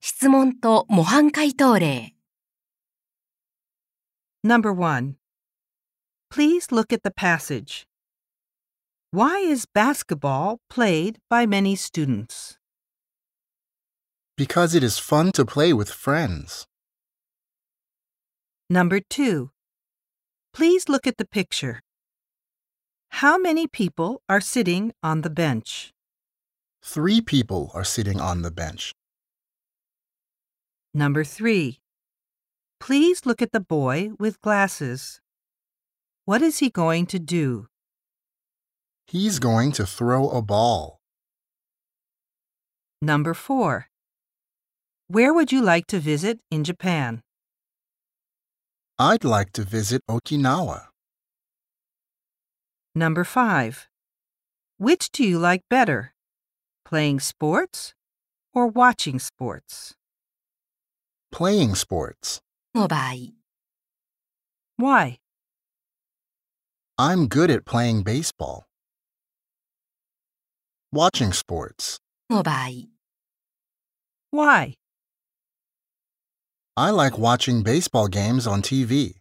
質問と模範解答例 Number 1. Please look at the passage. Why is basketball played by many students? Because it is fun to play with friends. Number 2. Please look at the picture. How many people are sitting on the bench? Three people are sitting on the bench. Number 3. Please look at the boy with glasses. What is he going to do? He's going to throw a ball. Number 4. Where would you like to visit in Japan? I'd like to visit Okinawa. Number 5. Which do you like better? Playing sports or watching sports? Playing sports. の場合、 Why? I'm good at playing baseball. Watching sports. の場合、 Why? I like watching baseball games on TV.